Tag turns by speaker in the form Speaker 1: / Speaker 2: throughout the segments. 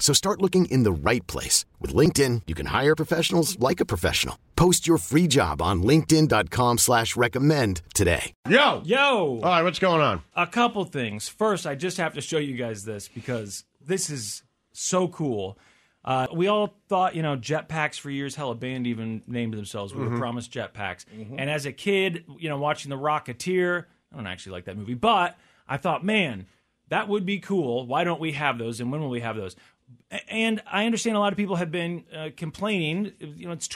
Speaker 1: So start looking in the right place. With LinkedIn, you can hire professionals like a professional. Post your free job on linkedin.com slash recommend today.
Speaker 2: Yo!
Speaker 3: Yo!
Speaker 2: All right, what's going on?
Speaker 3: A couple things. First, I just have to show you guys this because this is so cool. Uh, we all thought, you know, jetpacks for years. Hell, a band even named themselves. We were promised jetpacks. And as a kid, you know, watching The Rocketeer, I don't actually like that movie, but I thought, man, that would be cool. Why don't we have those? And when will we have those? A- And I understand a lot of people have been uh, complaining. You know, it's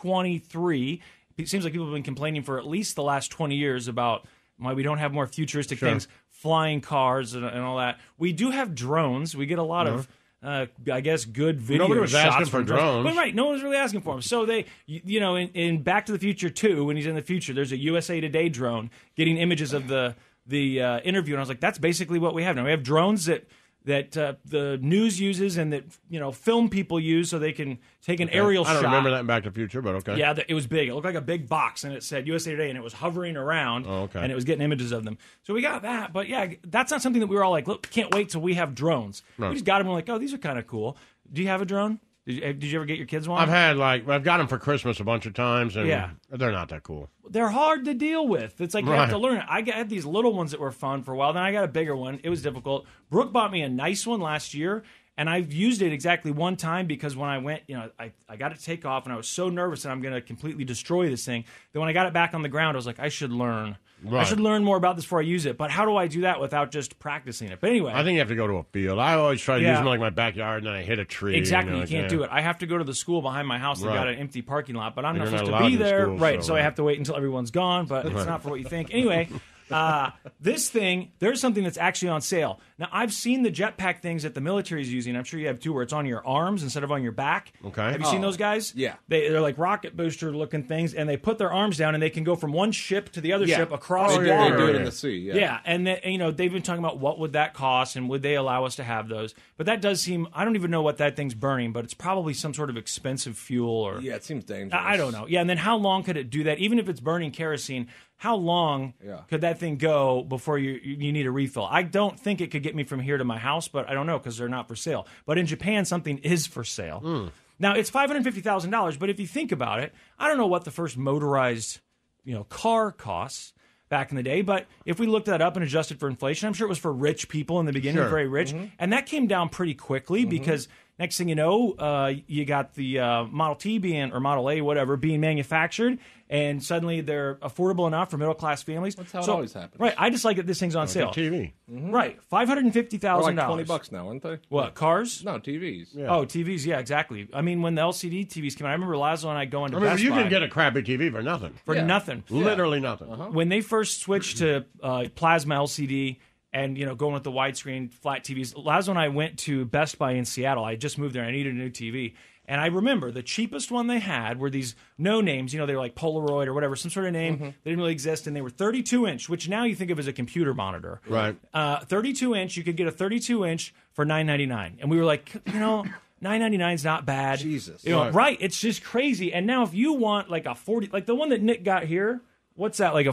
Speaker 3: 2023. It seems like people have been complaining for at least the last 20 years about why we don't have more futuristic things, flying cars and, and all that. We do have drones. We get a lot of. Uh, I guess good video
Speaker 2: Mm-hmm. Nobody was
Speaker 3: shots
Speaker 2: asking for
Speaker 3: from
Speaker 2: drones.
Speaker 3: But right, no one's really asking for them. So they, you, you know, in, in Back to the Future 2, when he's in the future, there's a USA Today drone getting images of the the uh, interview, and I was like, that's basically what we have now. We have drones that that uh, the news uses and that you know film people use, so they can take an aerial
Speaker 2: I don't
Speaker 3: shot.
Speaker 2: remember that in Back to the Future, but okay.
Speaker 3: Yeah, th- it was big. It looked like a big box, and it said USA Today, and it was hovering around,
Speaker 2: Oh, okay.
Speaker 3: and it was getting images of them. So we got that, but yeah, that's not something that we were all like, look, can't wait till we have drones. We just got them. We're like, oh, these are kind of cool. Do you have a drone? Did you, eh, did you ever get your kids one?
Speaker 2: I've had like I've got them for Christmas a bunch of times, and
Speaker 3: Yeah.
Speaker 2: they're not that cool.
Speaker 3: They're hard to deal with. It's like you
Speaker 2: Right.
Speaker 3: have to learn. it. I got- I had these little ones that were fun for a while. Then I got a bigger one. It was difficult. Brooke bought me a nice one last year, and I've used it exactly one time because when I went, you know, I, I got it to take off, and I was so nervous that I'm going to completely destroy this thing. Then when I got it back on the ground, I was like, I should learn. I
Speaker 2: Right.
Speaker 3: should learn more about this before I use it. But how do I do that without just practicing it? But anyway,
Speaker 2: I think you have to go to a field. I always try to
Speaker 3: Yeah.
Speaker 2: use them like my backyard, and then I hit a tree.
Speaker 3: Exactly,
Speaker 2: know,
Speaker 3: you
Speaker 2: like,
Speaker 3: can't
Speaker 2: yeah.
Speaker 3: do it. I have to go to the school behind my house. They've got
Speaker 2: Right.
Speaker 3: an empty parking lot, but I'm
Speaker 2: And
Speaker 3: not
Speaker 2: you're not
Speaker 3: supposed
Speaker 2: allowed
Speaker 3: to be
Speaker 2: in
Speaker 3: there,
Speaker 2: school,
Speaker 3: right?
Speaker 2: so,
Speaker 3: So I
Speaker 2: right.
Speaker 3: have to wait until everyone's gone. But it's not for what you think. Anyway, uh, this thing there's something that's actually on sale now. I've seen the jetpack things that the military is using. I'm sure you have too, where it's on your arms instead of on your back.
Speaker 2: Okay.
Speaker 3: have you seen those guys?
Speaker 4: Oh, yeah.
Speaker 3: they, they're like rocket booster looking things, and they put their arms down and they can go from one ship to the other
Speaker 4: Yeah.
Speaker 3: ship across
Speaker 5: Oh,
Speaker 4: They do- they
Speaker 3: water.
Speaker 4: do it in the sea, yeah.
Speaker 3: yeah, and then you know they've been talking about what would that cost and would they allow us to have those but that does seem i don't even know what that thing's burning but it's probably some sort of expensive fuel or
Speaker 4: Yeah, it seems dangerous.
Speaker 3: I I don't know. Yeah, and then how long could it do that? Even if it's burning kerosene, how long
Speaker 4: Yeah.
Speaker 3: could that thing go before you you you need a refill? I don't think it could get me from here to my house, but I don't know because they're not for sale. But in Japan, something is for sale.
Speaker 4: Hmm.
Speaker 3: Now it's five hundred fifty thousand dollars, but if you think about it, I don't know what the first motorized you know car costs back in the day, but if we looked that up and adjusted for inflation, I'm sure it was for rich people in the beginning, very rich, and that came down pretty quickly because next thing you know, uh, you got the uh, Model T being or Model A whatever being manufactured, and suddenly they're affordable enough for middle class families. That's
Speaker 4: how it always happens.
Speaker 3: right? I just like that this thing's on sale,
Speaker 2: TV.
Speaker 3: right? Five hundred and fifty
Speaker 4: They're like
Speaker 3: thousand dollars.
Speaker 4: twenty bucks now, aren't they?
Speaker 3: What cars?
Speaker 4: No, TVs. Yeah.
Speaker 3: Oh, TVs. Yeah, exactly. I mean, when the LCD TVs came out, I remember Lazo and I going to
Speaker 2: I mean,
Speaker 3: Best
Speaker 2: you
Speaker 3: Buy
Speaker 2: can get a crappy TV for nothing,
Speaker 3: for
Speaker 4: Yeah.
Speaker 3: nothing.
Speaker 2: literally nothing. Uh-huh.
Speaker 3: When they first switched to uh, plasma LCD and you know going with the widescreen flat TVs, Lazo and I went to Best Buy in Seattle. I had just moved there. I needed a new TV, and I remember the cheapest one they had were these no names. You know, they were like Polaroid or whatever, some sort of name. They didn't really exist, and they were 32 inch, which now you think of as a computer monitor.
Speaker 2: Right.
Speaker 3: Uh, 32 inch. You could get a 32 inch for 9.99, and we were like, you know. 9.99 is not bad.
Speaker 4: Jesus.
Speaker 3: You know, right. It's just crazy. And now if you want like a 40 like the one that Nick got here, what's that? Like a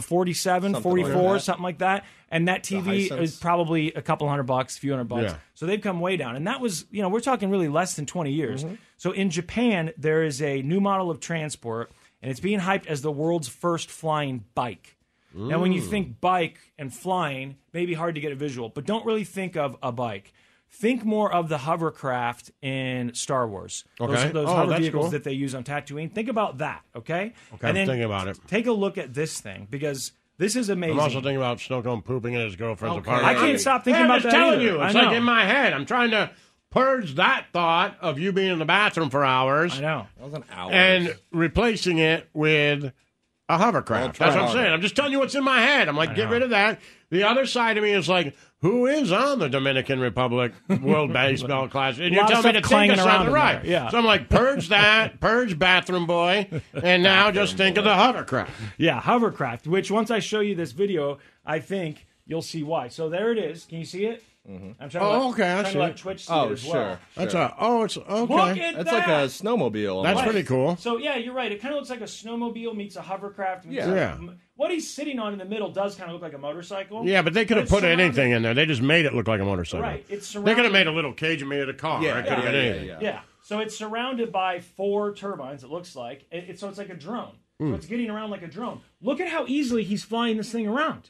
Speaker 4: Something
Speaker 3: 47,
Speaker 4: like
Speaker 3: 44,
Speaker 4: that.
Speaker 3: something like that. And that TV
Speaker 4: Hisense.
Speaker 3: is probably a couple hundred bucks, a few hundred bucks.
Speaker 2: Yeah.
Speaker 3: So they've come way down. And that was, you know, we're talking really less than 20 years.
Speaker 2: Mm-hmm.
Speaker 3: So in Japan, there is a new model of transport and it's being hyped as the world's first flying bike. Now, when you think bike and flying, maybe hard to get a visual, but don't really think of a bike. Think more of the hovercraft in Star Wars.
Speaker 2: Okay.
Speaker 3: Those, those
Speaker 2: Oh,
Speaker 3: hover
Speaker 2: that's
Speaker 3: vehicles
Speaker 2: cool.
Speaker 3: that they use on Tatooine. Think about that, okay?
Speaker 2: Okay, I'm thinking about it.
Speaker 3: Take a look at this thing because this is amazing.
Speaker 2: I'm also thinking about Snow Cone pooping in his girlfriend's
Speaker 4: Okay.
Speaker 2: apartment.
Speaker 3: I can't stop thinking
Speaker 2: Hey,
Speaker 3: about
Speaker 2: I'm just
Speaker 3: that
Speaker 2: telling
Speaker 3: either.
Speaker 2: you,
Speaker 3: I
Speaker 2: it's
Speaker 3: know.
Speaker 2: like in my head. I'm trying to purge that thought of you being in the bathroom for hours
Speaker 3: I know.
Speaker 4: That was an hour.
Speaker 2: and replacing it with a
Speaker 4: Well,
Speaker 2: hovercraft.
Speaker 4: try
Speaker 2: That's what I'm
Speaker 4: harder.
Speaker 2: saying. I'm just telling you what's in my head. I'm like, get rid of that. The other side of me is like, who is on the Dominican Republic World Baseball Classic? And
Speaker 3: A
Speaker 2: you're
Speaker 3: lot of
Speaker 2: telling me
Speaker 3: stuff
Speaker 2: to think of
Speaker 3: clanging around
Speaker 2: something
Speaker 3: in
Speaker 2: right.
Speaker 3: there, yeah.
Speaker 2: So I'm like, purge that, purge bathroom boy, and now just think of the hovercraft.
Speaker 3: Yeah, hovercraft, which once I show you this video, I think you'll see why. So there it is. Can you see it? I'm trying to
Speaker 2: Oh,
Speaker 3: let,
Speaker 2: okay, I
Speaker 3: trying
Speaker 2: see
Speaker 3: to let
Speaker 2: it.
Speaker 3: Twitch see it
Speaker 4: Mm-hmm. oh,
Speaker 3: as
Speaker 4: sure.
Speaker 3: well.
Speaker 2: That's
Speaker 4: sure.
Speaker 2: a oh, it's okay.
Speaker 3: Look at
Speaker 4: That's like
Speaker 3: that.
Speaker 4: a snowmobile.
Speaker 2: That's
Speaker 4: almost.
Speaker 2: pretty cool.
Speaker 3: So yeah, you're right. It kind of looks like a snowmobile meets a hovercraft. meets
Speaker 4: Yeah.
Speaker 3: a-
Speaker 2: Yeah.
Speaker 3: What he's sitting on in the middle does kind of look like a motorcycle.
Speaker 2: Yeah, but they could have
Speaker 3: it's
Speaker 2: put
Speaker 3: surrounded-
Speaker 2: anything in there. They just made it look like a motorcycle.
Speaker 3: Right. It's
Speaker 2: They could have
Speaker 3: surrounded-
Speaker 2: made a little cage and made it a car.
Speaker 4: Yeah,
Speaker 2: it could have
Speaker 4: yeah,
Speaker 2: been
Speaker 4: yeah,
Speaker 2: anything.
Speaker 4: yeah.
Speaker 3: Yeah. So it's surrounded by four turbines. It looks like. It, it- so it's like a drone.
Speaker 2: Hmm.
Speaker 3: So it's getting around like a drone. Look at how easily he's flying this thing around.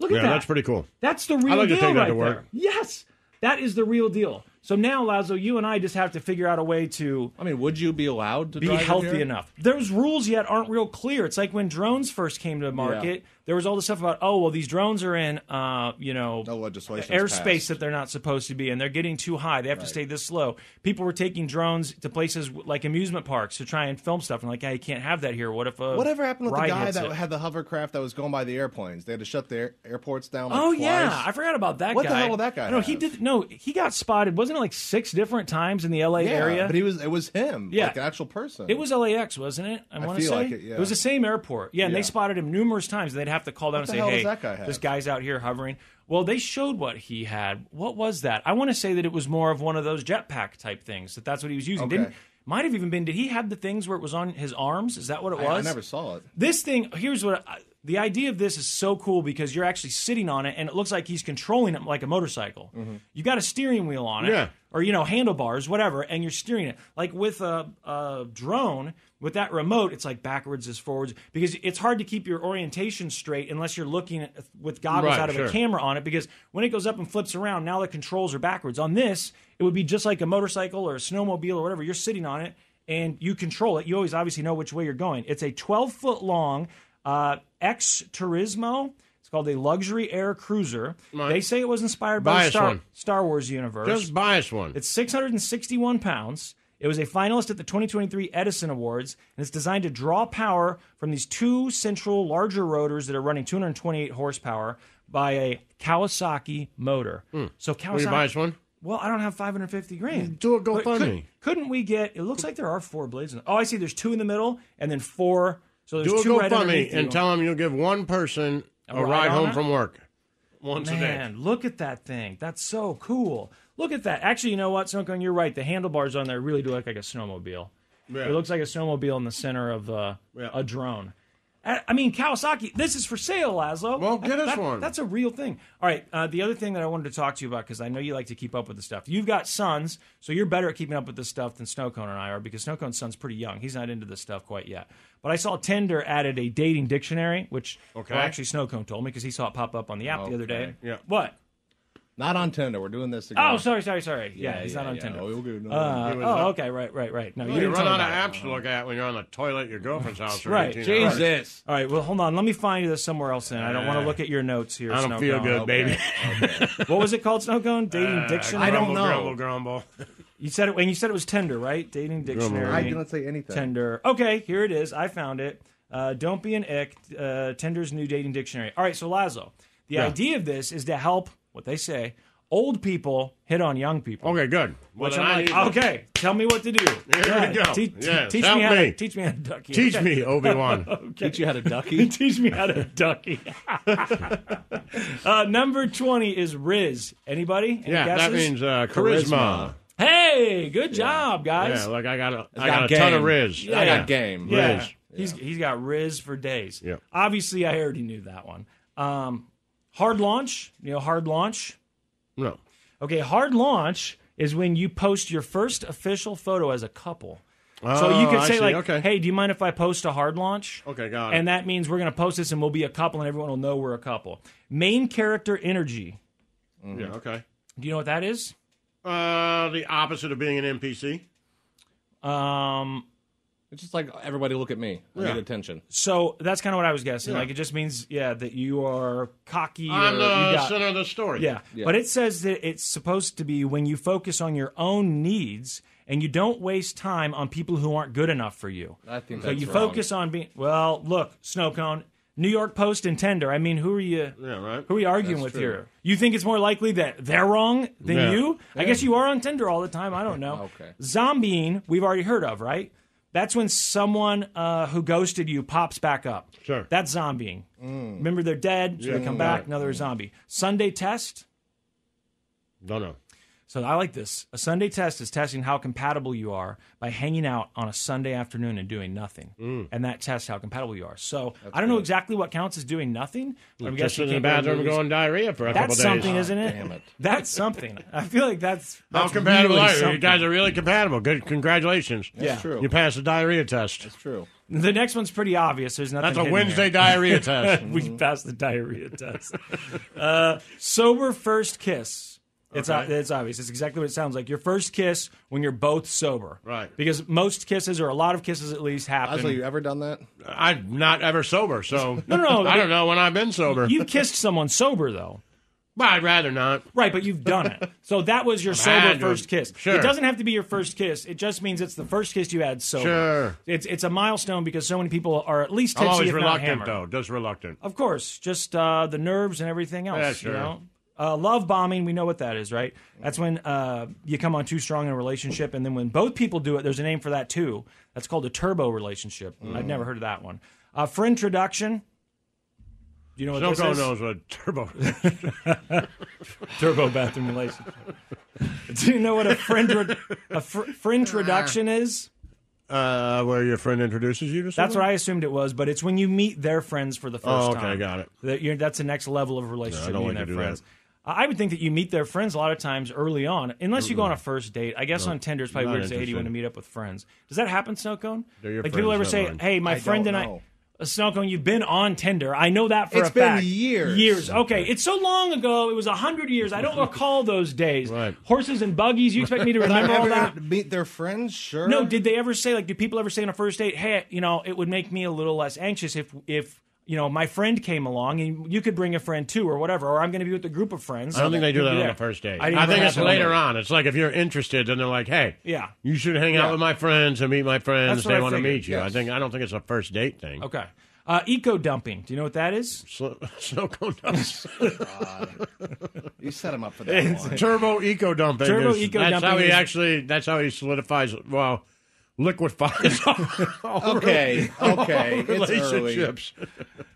Speaker 3: Look at
Speaker 2: Yeah,
Speaker 3: that.
Speaker 2: that's pretty cool.
Speaker 3: That's the real
Speaker 2: like to
Speaker 3: deal
Speaker 2: take that
Speaker 3: right
Speaker 2: to work.
Speaker 3: there. Yes, that is the real deal. So now, Lazo, you and I just have to figure out a way to
Speaker 4: I mean, would you be allowed to
Speaker 3: be
Speaker 4: drive it here?
Speaker 3: healthy enough. Those rules yet aren't real clear. It's like when drones first came to the market, there was all this stuff about, oh, well, these drones are in, uh, you know,
Speaker 4: No legislation.
Speaker 3: airspace that they're not supposed to be in. They're getting too high. They have to stay this low. People were taking drones to places w- like amusement parks to try and film stuff. And like, hey, you can't have that here. What if a
Speaker 5: Whatever happened with the
Speaker 3: ride
Speaker 5: guy
Speaker 3: hits
Speaker 5: that
Speaker 3: it?
Speaker 5: had the hovercraft that was going by the airplanes? They had to shut their airports down. Like
Speaker 3: Oh
Speaker 5: twice.
Speaker 3: yeah, I forgot about that
Speaker 5: What
Speaker 3: guy.
Speaker 5: the hell did that guy
Speaker 3: No, he
Speaker 5: have?
Speaker 3: did. No, he got spotted. Wasn't it like six different times in the L.A.
Speaker 5: Yeah,
Speaker 3: area?
Speaker 5: But he was it was him,
Speaker 3: Yeah.
Speaker 5: like an actual person.
Speaker 3: it was LAX, wasn't it? I, want to
Speaker 5: feel
Speaker 3: say
Speaker 5: like it, yeah.
Speaker 3: was the same airport. Yeah, and they
Speaker 5: Yeah.
Speaker 3: spotted him numerous times. They'd have to call down and
Speaker 5: the
Speaker 3: say,
Speaker 5: hell does
Speaker 3: "Hey,
Speaker 5: that guy have?"
Speaker 3: this guy's out here hovering." Well, they showed what he had. What was that? I want to say that it was more of one of those jetpack type things. That that's what he was using.
Speaker 5: Okay.
Speaker 3: Didn't might have even been. Did he have the things where it was on his arms? Is that what it
Speaker 5: I, I
Speaker 3: was?
Speaker 5: never saw it.
Speaker 3: this thing here's what I, the idea of this is so cool because you're actually sitting on it and it looks like he's controlling it like a motorcycle you've got a steering wheel on it
Speaker 2: Yeah.
Speaker 3: or you know handlebars whatever and you're steering it like with a, a drone with that remote it's like backwards is forwards because it's hard to keep your orientation straight unless you're looking at, with goggles
Speaker 2: Right,
Speaker 3: out of
Speaker 2: sure.
Speaker 3: a camera on it because when it goes up and flips around now the controls are backwards on this it would be just like a motorcycle or a snowmobile or whatever you're sitting on it and you control it you always obviously know which way you're going it's a 12 foot long uh, ex turismo it's called a luxury air cruiser they say it was inspired by the
Speaker 2: Biased
Speaker 3: star,
Speaker 2: one.
Speaker 3: star wars universe
Speaker 2: Just bias one.
Speaker 3: it's 661 pounds. It was a finalist at the 2023 Edison Awards, and it's designed to draw power from these two central larger rotors that are running 228 horsepower by a Kawasaki motor. So Kawasaki.
Speaker 2: Will Hmm. you buy us one?
Speaker 3: Well, I don't have 550 grand.
Speaker 2: Do a
Speaker 3: But
Speaker 2: GoFundMe.
Speaker 3: Could, not we get? It looks like there are four blades. In, oh, I see. There's two in the middle, and then four. So there's
Speaker 2: Do a
Speaker 3: two right
Speaker 2: GoFundMe
Speaker 3: underneath you.
Speaker 2: and tell them you'll give one person a,
Speaker 3: ride
Speaker 2: ride
Speaker 3: on
Speaker 2: home
Speaker 3: it?
Speaker 2: from work once a day.
Speaker 3: Man, look at that thing. That's so cool. Look at that. Actually, you know what, Sunkung, you're right. The handlebars on there really do look like a snowmobile. It looks like a snowmobile in the center of uh, a drone. I I mean, Kawasaki, this is for sale, Laszlo.
Speaker 2: Well, get us
Speaker 3: That-
Speaker 2: one.
Speaker 3: That's a real thing. All right. Uh, the other thing that I wanted to talk to you about, because I know you like to keep up with the stuff. You've got sons, so you're better at keeping up with this stuff than Snowcone and I are, because Snowcone's son's pretty young. He's not into this stuff quite yet. But I saw Tinder added a dating dictionary, which
Speaker 2: Okay.
Speaker 3: well, actually Snowcone told me because he saw it pop up on the app the other day.
Speaker 2: Yeah.
Speaker 3: What?
Speaker 5: Not on Tinder. We're doing this again.
Speaker 3: Oh, sorry, sorry, sorry. Yeah, he's not on
Speaker 5: yeah, Oh,
Speaker 3: Tinder.
Speaker 5: we'll get another
Speaker 3: Uh,
Speaker 5: one.
Speaker 3: oh, okay, right, right, right. No, you
Speaker 2: You,
Speaker 3: didn't
Speaker 2: run
Speaker 3: tell me
Speaker 2: out of
Speaker 3: about it.
Speaker 2: apps to look at when you're on the toilet at your girlfriend's house. Or
Speaker 3: Right.
Speaker 4: Jesus.
Speaker 3: All right, well, hold on. Let me find this somewhere else. Then I don't want to look at your notes here.
Speaker 2: I don't
Speaker 3: Snow
Speaker 2: feel
Speaker 3: Cone.
Speaker 2: good, baby.
Speaker 3: What was it called, Snowcone? Dating dictionary.
Speaker 5: I don't
Speaker 2: Grumble,
Speaker 5: know.
Speaker 2: grumble.
Speaker 3: You said it, and you said it was Tinder, right? Dating dictionary.
Speaker 5: I didn't say anything.
Speaker 3: Tinder. Okay, here it is. I found it. Uh, don't be an ick. Uh, Tinder's new dating dictionary. All right, so Lazo, the idea of this is to help what they say old people hit on young people.
Speaker 2: Okay, good. Well,
Speaker 3: Which
Speaker 2: then I
Speaker 3: I'm
Speaker 2: need-
Speaker 3: like, okay, tell me what to do.
Speaker 2: Here we go.
Speaker 3: Te- te-
Speaker 2: Yes,
Speaker 3: teach
Speaker 2: help
Speaker 3: me how
Speaker 2: me.
Speaker 3: to teach me how to ducky.
Speaker 2: Teach me, Obi Wan.
Speaker 4: Teach you how to ducky.
Speaker 3: teach me how to ducky. uh, number twenty is Riz. Anybody? Any
Speaker 2: Yeah, that
Speaker 3: guesses?
Speaker 2: means uh, charisma.
Speaker 3: hey, good job, guys.
Speaker 2: Yeah, like I got a, I
Speaker 4: got
Speaker 2: got a ton
Speaker 4: game.
Speaker 2: of Riz.
Speaker 4: I got game.
Speaker 3: Yeah.
Speaker 2: Riz.
Speaker 3: He's he's got Riz for days.
Speaker 2: Yeah.
Speaker 3: Obviously, I already knew that one. Um, hard launch. You know, hard launch.
Speaker 2: No.
Speaker 3: Okay, hard launch is when you post your first official photo as a couple. so you
Speaker 2: Oh,
Speaker 3: could
Speaker 2: I
Speaker 3: say
Speaker 2: see.
Speaker 3: like,
Speaker 2: Okay.
Speaker 3: "Hey, do you mind if I post a hard launch?"
Speaker 2: Okay, got it.
Speaker 3: And that means we're going to post this, and we'll be a couple, and everyone will know we're a couple. Main character energy.
Speaker 2: Yeah, okay.
Speaker 3: Do you know what that is?
Speaker 2: Uh, the opposite of being an NPC.
Speaker 3: Um,
Speaker 4: It's just like everybody look at me. I
Speaker 2: Yeah.
Speaker 4: need attention.
Speaker 3: so that's kind of what I was guessing.
Speaker 2: Yeah.
Speaker 3: Like it just means, yeah, that you are cocky. or
Speaker 2: I'm the
Speaker 3: you got,
Speaker 2: center of the story.
Speaker 3: Yeah. But it says that it's supposed to be when you focus on your own needs and you don't waste time on people who aren't good enough for you.
Speaker 4: I think
Speaker 3: so
Speaker 4: that's
Speaker 3: you
Speaker 4: wrong.
Speaker 3: focus on being well, look, snow cone, New York Post and Tender. I mean, who are you
Speaker 2: Yeah, right.
Speaker 3: who are you arguing with here? You think it's more likely that they're wrong than
Speaker 2: Yeah.
Speaker 3: you? I guess you are on Tinder all the time. I don't know.
Speaker 4: Okay.
Speaker 3: Zombieing, we've already heard of, right? That's when someone uh, who ghosted you pops back up.
Speaker 2: Sure. Mm.
Speaker 3: That's zombieing. Remember, they're dead, so they come back, now they're a zombie. Sunday test.
Speaker 2: Don't know.
Speaker 3: So I like this. A Sunday test is testing how compatible you are by hanging out on a Sunday afternoon and doing nothing.
Speaker 2: Mm.
Speaker 3: And that tests how compatible you are. So I don't know exactly what counts as doing nothing, but I'm
Speaker 2: Just
Speaker 3: guessing
Speaker 2: in
Speaker 3: you
Speaker 2: the
Speaker 3: can't go to the
Speaker 2: bathroom
Speaker 3: movies.
Speaker 2: going diarrhea for a
Speaker 3: That's
Speaker 2: couple days.
Speaker 3: something, isn't it?
Speaker 4: damn it.
Speaker 3: That's something. I feel like that's,
Speaker 2: How
Speaker 3: that's
Speaker 2: compatible
Speaker 3: really
Speaker 2: are you? You
Speaker 3: something.
Speaker 2: guys are really compatible. Good. Congratulations.
Speaker 3: Yeah.
Speaker 5: true.
Speaker 2: You passed the diarrhea test.
Speaker 5: It's true.
Speaker 3: The next one's pretty obvious. There's nothing.
Speaker 2: That's a
Speaker 3: hidden
Speaker 2: Wednesday Mm-hmm. diarrhea test.
Speaker 3: Here. We passed the diarrhea test. uh, sober first kiss. It's o- it's obvious. It's exactly what it sounds like. Your first kiss when you're both sober.
Speaker 2: Right.
Speaker 3: Because most kisses or a lot of kisses at least happen.
Speaker 5: Honestly, you ever done that?
Speaker 2: I'm not ever sober, so
Speaker 3: No, no, no.
Speaker 2: I don't know when I've been sober.
Speaker 3: You've kissed someone sober though.
Speaker 2: but I'd rather not.
Speaker 3: Right, but you've done it. So that was your sober
Speaker 2: had to.
Speaker 3: first kiss.
Speaker 2: Sure.
Speaker 3: It doesn't have to be your first kiss. It just means it's the first kiss you had sober.
Speaker 2: Sure.
Speaker 3: It's it's a milestone because so many people are at least tipsy
Speaker 2: I'm always
Speaker 3: if not Oh,
Speaker 2: reluctant,
Speaker 3: hammered.
Speaker 2: though. Just reluctant.
Speaker 3: Of course, just uh, the nerves and everything else.
Speaker 2: Yeah, sure.
Speaker 3: You know, uh, love bombing. We know what that is, right? That's when uh, you come on too strong in a relationship, and then when both people do it, there's a name for that too. That's called a turbo relationship.
Speaker 2: Mm.
Speaker 3: I've never heard of that one. Uh, for introduction. Do you know what
Speaker 2: Silco
Speaker 3: this is?
Speaker 2: knows what turbo.
Speaker 3: turbo bathroom relationship. Do you know what a friend re- a fr- friend introduction is?
Speaker 2: uh, where your friend introduces you to someone.
Speaker 3: That's what I assumed it was, but it's when you meet their friends for the first
Speaker 2: Oh, okay,
Speaker 3: time.
Speaker 2: got it.
Speaker 3: That you're, that's the next level of relationship.
Speaker 2: I don't
Speaker 3: meeting
Speaker 2: like to
Speaker 3: their
Speaker 2: do
Speaker 3: friends. I I would think that you meet their friends a lot of times early on, unless you go on a first date. I guess on Tinder it's probably
Speaker 2: not
Speaker 3: weird to say, "Hey, do
Speaker 2: interested.
Speaker 3: you want to meet up with friends?" Does that happen, Snow Cone?
Speaker 2: They're your
Speaker 3: like people
Speaker 2: friends,
Speaker 3: ever
Speaker 2: not
Speaker 3: say,
Speaker 2: mine.
Speaker 3: "Hey, my
Speaker 5: I
Speaker 3: friend
Speaker 5: don't
Speaker 3: and
Speaker 5: know.
Speaker 3: I." Uh, Snow Cone, you've been on Tinder. I know that for
Speaker 5: It's
Speaker 3: a
Speaker 5: been
Speaker 3: fact.
Speaker 5: years.
Speaker 3: Years. Okay, it's so long ago. It was hundred years. I don't recall those days.
Speaker 2: Right.
Speaker 3: Horses and buggies. You expect me to remember all
Speaker 5: Ever
Speaker 3: that?
Speaker 5: meet their friends? Sure.
Speaker 3: No, did they ever say like? Do people ever say on a first date, "Hey, you know, it would make me a little less anxious if if you know my friend came along and you could bring a friend too or whatever, or I'm going to be with a group of friends."
Speaker 2: I don't think they do that on
Speaker 3: Yeah.
Speaker 2: the first date.
Speaker 3: I
Speaker 2: I,
Speaker 3: didn't
Speaker 2: think
Speaker 3: remember
Speaker 2: it's
Speaker 3: that.
Speaker 2: later on. It's like if you're interested, then they're like, "Hey,
Speaker 3: Yeah.
Speaker 2: you should hang out with my friends and meet my friends.
Speaker 3: That's what
Speaker 2: They
Speaker 3: I
Speaker 2: want to
Speaker 3: figured,
Speaker 2: meet you." I
Speaker 5: yes.
Speaker 2: think I don't think it's a first date thing.
Speaker 3: Okay. Uh, eco dumping. Do you know what that is?
Speaker 2: Snow, snow cone dumps.
Speaker 5: You set them up for that one.
Speaker 2: Turbo eco dumping.
Speaker 3: Turbo
Speaker 2: is-
Speaker 3: eco
Speaker 2: That's
Speaker 3: dumping
Speaker 2: how he
Speaker 3: is-
Speaker 2: actually. That's how he solidifies. Well, liquefies. all-
Speaker 5: Okay, okay,
Speaker 2: all
Speaker 5: it's early.
Speaker 2: relationships.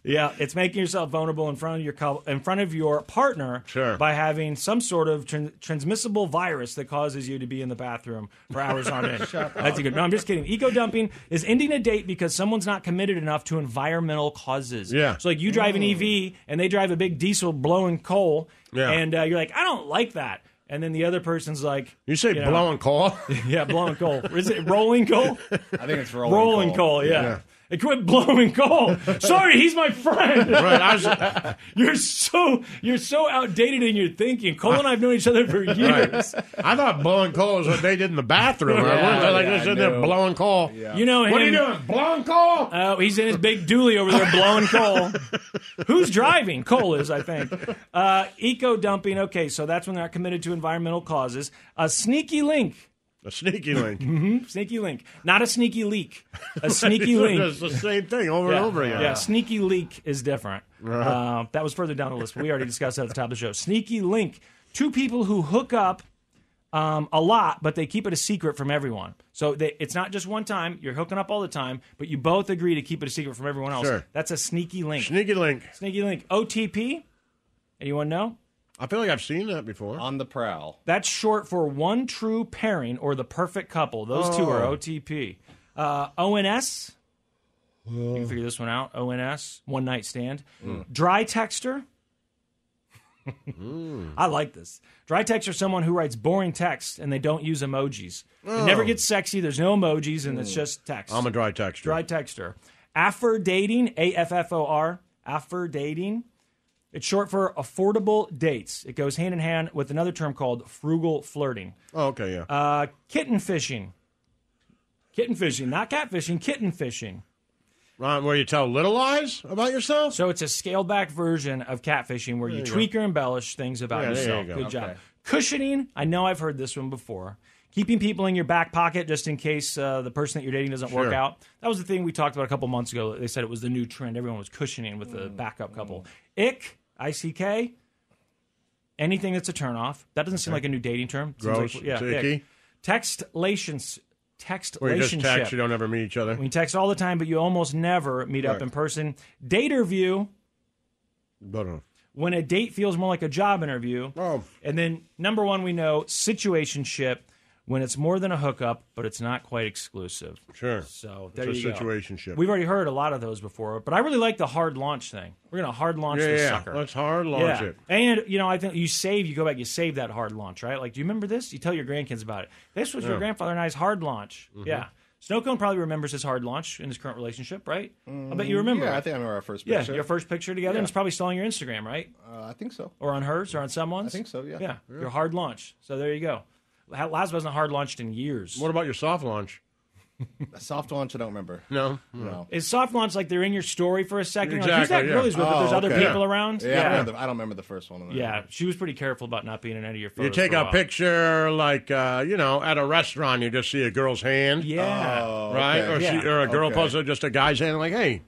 Speaker 3: Yeah, it's making yourself vulnerable in front of your co- in front of your partner
Speaker 2: Sure.
Speaker 3: by having some sort of tran transmissible virus that causes you to be in the bathroom for hours on end. That's a good. No, I'm just kidding. Eco dumping is ending a date because someone's not committed enough to environmental causes.
Speaker 2: Yeah.
Speaker 3: So like you drive an EV and they drive a big diesel blowing coal.
Speaker 2: Yeah.
Speaker 3: And uh, you're like, I don't like that. And then the other person's like,
Speaker 2: You say
Speaker 3: know,
Speaker 2: blowing coal?
Speaker 3: yeah, blowing coal. Is it rolling coal?
Speaker 5: I think it's rolling.
Speaker 3: rolling coal. Yeah. It quit blowing coal. Sorry, he's my friend.
Speaker 2: right. I was,
Speaker 3: You're so you're so outdated in your thinking. Cole and I have known each other for years.
Speaker 2: I thought blowing coal is what they did in the bathroom. I
Speaker 5: Yeah,
Speaker 2: went like
Speaker 5: yeah,
Speaker 2: this
Speaker 5: I
Speaker 2: in there
Speaker 5: knew.
Speaker 2: blowing coal.
Speaker 3: You know him.
Speaker 2: What are you doing? Blowing coal?
Speaker 3: Uh, he's in his big dually over there blowing coal. Who's driving? Cole is, I think. Uh, Eco dumping. Okay, so that's when they're not committed to environmental causes. A sneaky link.
Speaker 2: A sneaky link.
Speaker 3: Sneaky link. Not a sneaky leak. A sneaky link.
Speaker 2: It's the same thing over and over Uh-huh. again.
Speaker 3: Yeah, sneaky leak is different. Uh, that was further down the list. but We already discussed that at the top of the show. Sneaky link. Two people who hook up um, a lot, but they keep it a secret from everyone. So they, it's not just one time. You're hooking up all the time, but you both agree to keep it a secret from everyone else.
Speaker 2: Sure.
Speaker 3: That's a sneaky link.
Speaker 2: Sneaky link.
Speaker 3: sneaky link. OTP. Anyone know?
Speaker 2: I feel like I've seen that before.
Speaker 4: On the prowl.
Speaker 3: That's short for one true pairing or the perfect couple. Those two are OTP. Uh, ONS. You can figure this one out. ONS, one night stand. Dry texter. I like this. Dry texter is someone who writes boring text and they don't use emojis. It never gets sexy. There's no emojis and it's just text.
Speaker 2: I'm a dry texture.
Speaker 3: dry texter. Affer dating, A F F O R. Affer dating. It's short for affordable dates. It goes hand in hand with another term called frugal flirting.
Speaker 2: Oh, okay, yeah.
Speaker 3: Uh, kitten fishing. Kitten fishing, not cat fishing, kitten fishing.
Speaker 2: Ron, where you tell little lies about yourself?
Speaker 3: So it's a scaled back version of catfishing where you, tweak or embellish things about
Speaker 2: Yeah, there
Speaker 3: yourself.
Speaker 2: you go.
Speaker 3: Good job. Cushioning, I know I've heard this one before. Keeping people in your back pocket just in case uh, the person that you're dating doesn't work
Speaker 2: Sure.
Speaker 3: out. That was the thing we talked about a couple months ago. They said it was the new trend. Everyone was cushioning with
Speaker 2: Mm.
Speaker 3: the backup couple. Ick, I C K, anything that's a turnoff. That doesn't seem like a new dating term. It seems
Speaker 2: Gross.
Speaker 3: Like,
Speaker 2: It's
Speaker 3: yeah,
Speaker 2: icky.
Speaker 3: ick. Text lations. Text
Speaker 2: Where you just text,
Speaker 3: relationship.
Speaker 2: you don't ever meet each other.
Speaker 3: We text all the time, but you almost never meet up in person. Dater view
Speaker 2: But, uh,
Speaker 3: when a date feels more like a job interview.
Speaker 2: Oh.
Speaker 3: And then number one, we know situationship when it's more than a hookup, but it's not quite exclusive.
Speaker 2: sure.
Speaker 3: So there
Speaker 2: It's a
Speaker 3: you go.
Speaker 2: situationship.
Speaker 3: We've already heard a lot of those before, but I really like the hard launch thing. We're gonna hard launch
Speaker 2: Yeah,
Speaker 3: this
Speaker 2: yeah.
Speaker 3: sucker.
Speaker 2: Let's hard launch
Speaker 3: yeah.
Speaker 2: it.
Speaker 3: And you know, I think you save, you go back, you save that hard launch, right? Like, do you remember this? You tell your grandkids about it. This was your grandfather and I's hard launch.
Speaker 2: Mm-hmm.
Speaker 3: Yeah. Snow Cone probably remembers his hard launch in his current relationship, right? I bet you
Speaker 2: Mm,
Speaker 3: remember.
Speaker 5: Yeah, I
Speaker 3: it.
Speaker 5: think I remember our first
Speaker 3: Yeah,
Speaker 5: picture.
Speaker 3: your first picture together, and it's probably still on your Instagram, right?
Speaker 5: uh, I think so.
Speaker 3: Or on hers, or on someone's. I
Speaker 5: think so, yeah.
Speaker 3: Yeah, your hard launch. So there you go. Ha- Laz wasn't hard launched in years.
Speaker 2: What about your soft launch?
Speaker 5: A soft launch, I don't remember.
Speaker 2: No.
Speaker 5: No.
Speaker 3: Is soft launch like they're in your story for a second? Like, who's that
Speaker 2: Exactly,
Speaker 3: girl
Speaker 2: yeah.
Speaker 3: he's with? but there's
Speaker 5: Oh,
Speaker 3: other
Speaker 5: okay.
Speaker 3: people
Speaker 2: Yeah.
Speaker 3: around.
Speaker 5: Yeah, I, don't remember the, I don't remember the first one.
Speaker 3: Yeah, she was pretty careful about not being in any of your photos.
Speaker 2: You take
Speaker 3: for a,
Speaker 2: a
Speaker 3: while.
Speaker 2: picture, like, uh, you know, at a restaurant, you just see a girl's hand.
Speaker 3: Yeah.
Speaker 5: Oh,
Speaker 2: Right?
Speaker 5: okay.
Speaker 2: Or,
Speaker 3: Yeah.
Speaker 2: she, or a girl
Speaker 5: Okay.
Speaker 2: posts just a guy's hand, like, hey,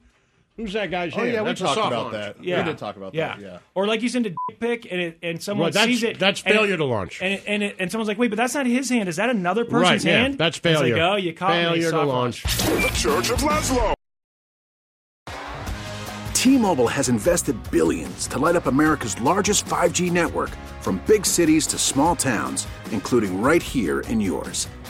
Speaker 2: who's that guy's
Speaker 5: Oh
Speaker 2: hand?
Speaker 5: yeah, we
Speaker 2: That's a
Speaker 5: talked
Speaker 2: soft
Speaker 5: about
Speaker 2: launch.
Speaker 5: that.
Speaker 3: Yeah.
Speaker 5: We did talk about that. Yeah.
Speaker 3: Or like you send a dick pic and it, and someone
Speaker 2: Well, that's-
Speaker 3: sees it.
Speaker 2: that's
Speaker 3: and it-
Speaker 2: failure to launch.
Speaker 3: And it, and it, and someone's like, wait, but that's not his hand. Is that another
Speaker 2: Right,
Speaker 3: person's
Speaker 2: yeah.
Speaker 3: hand?
Speaker 2: That's
Speaker 3: And it's
Speaker 2: failure.
Speaker 3: Like, oh, you caught me.
Speaker 2: failure to
Speaker 3: Soft
Speaker 2: launch.
Speaker 6: The Church of Laszlo.
Speaker 7: T-Mobile has invested billions to light up America's largest 5G network from big cities to small towns, including right here in yours.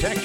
Speaker 8: Protect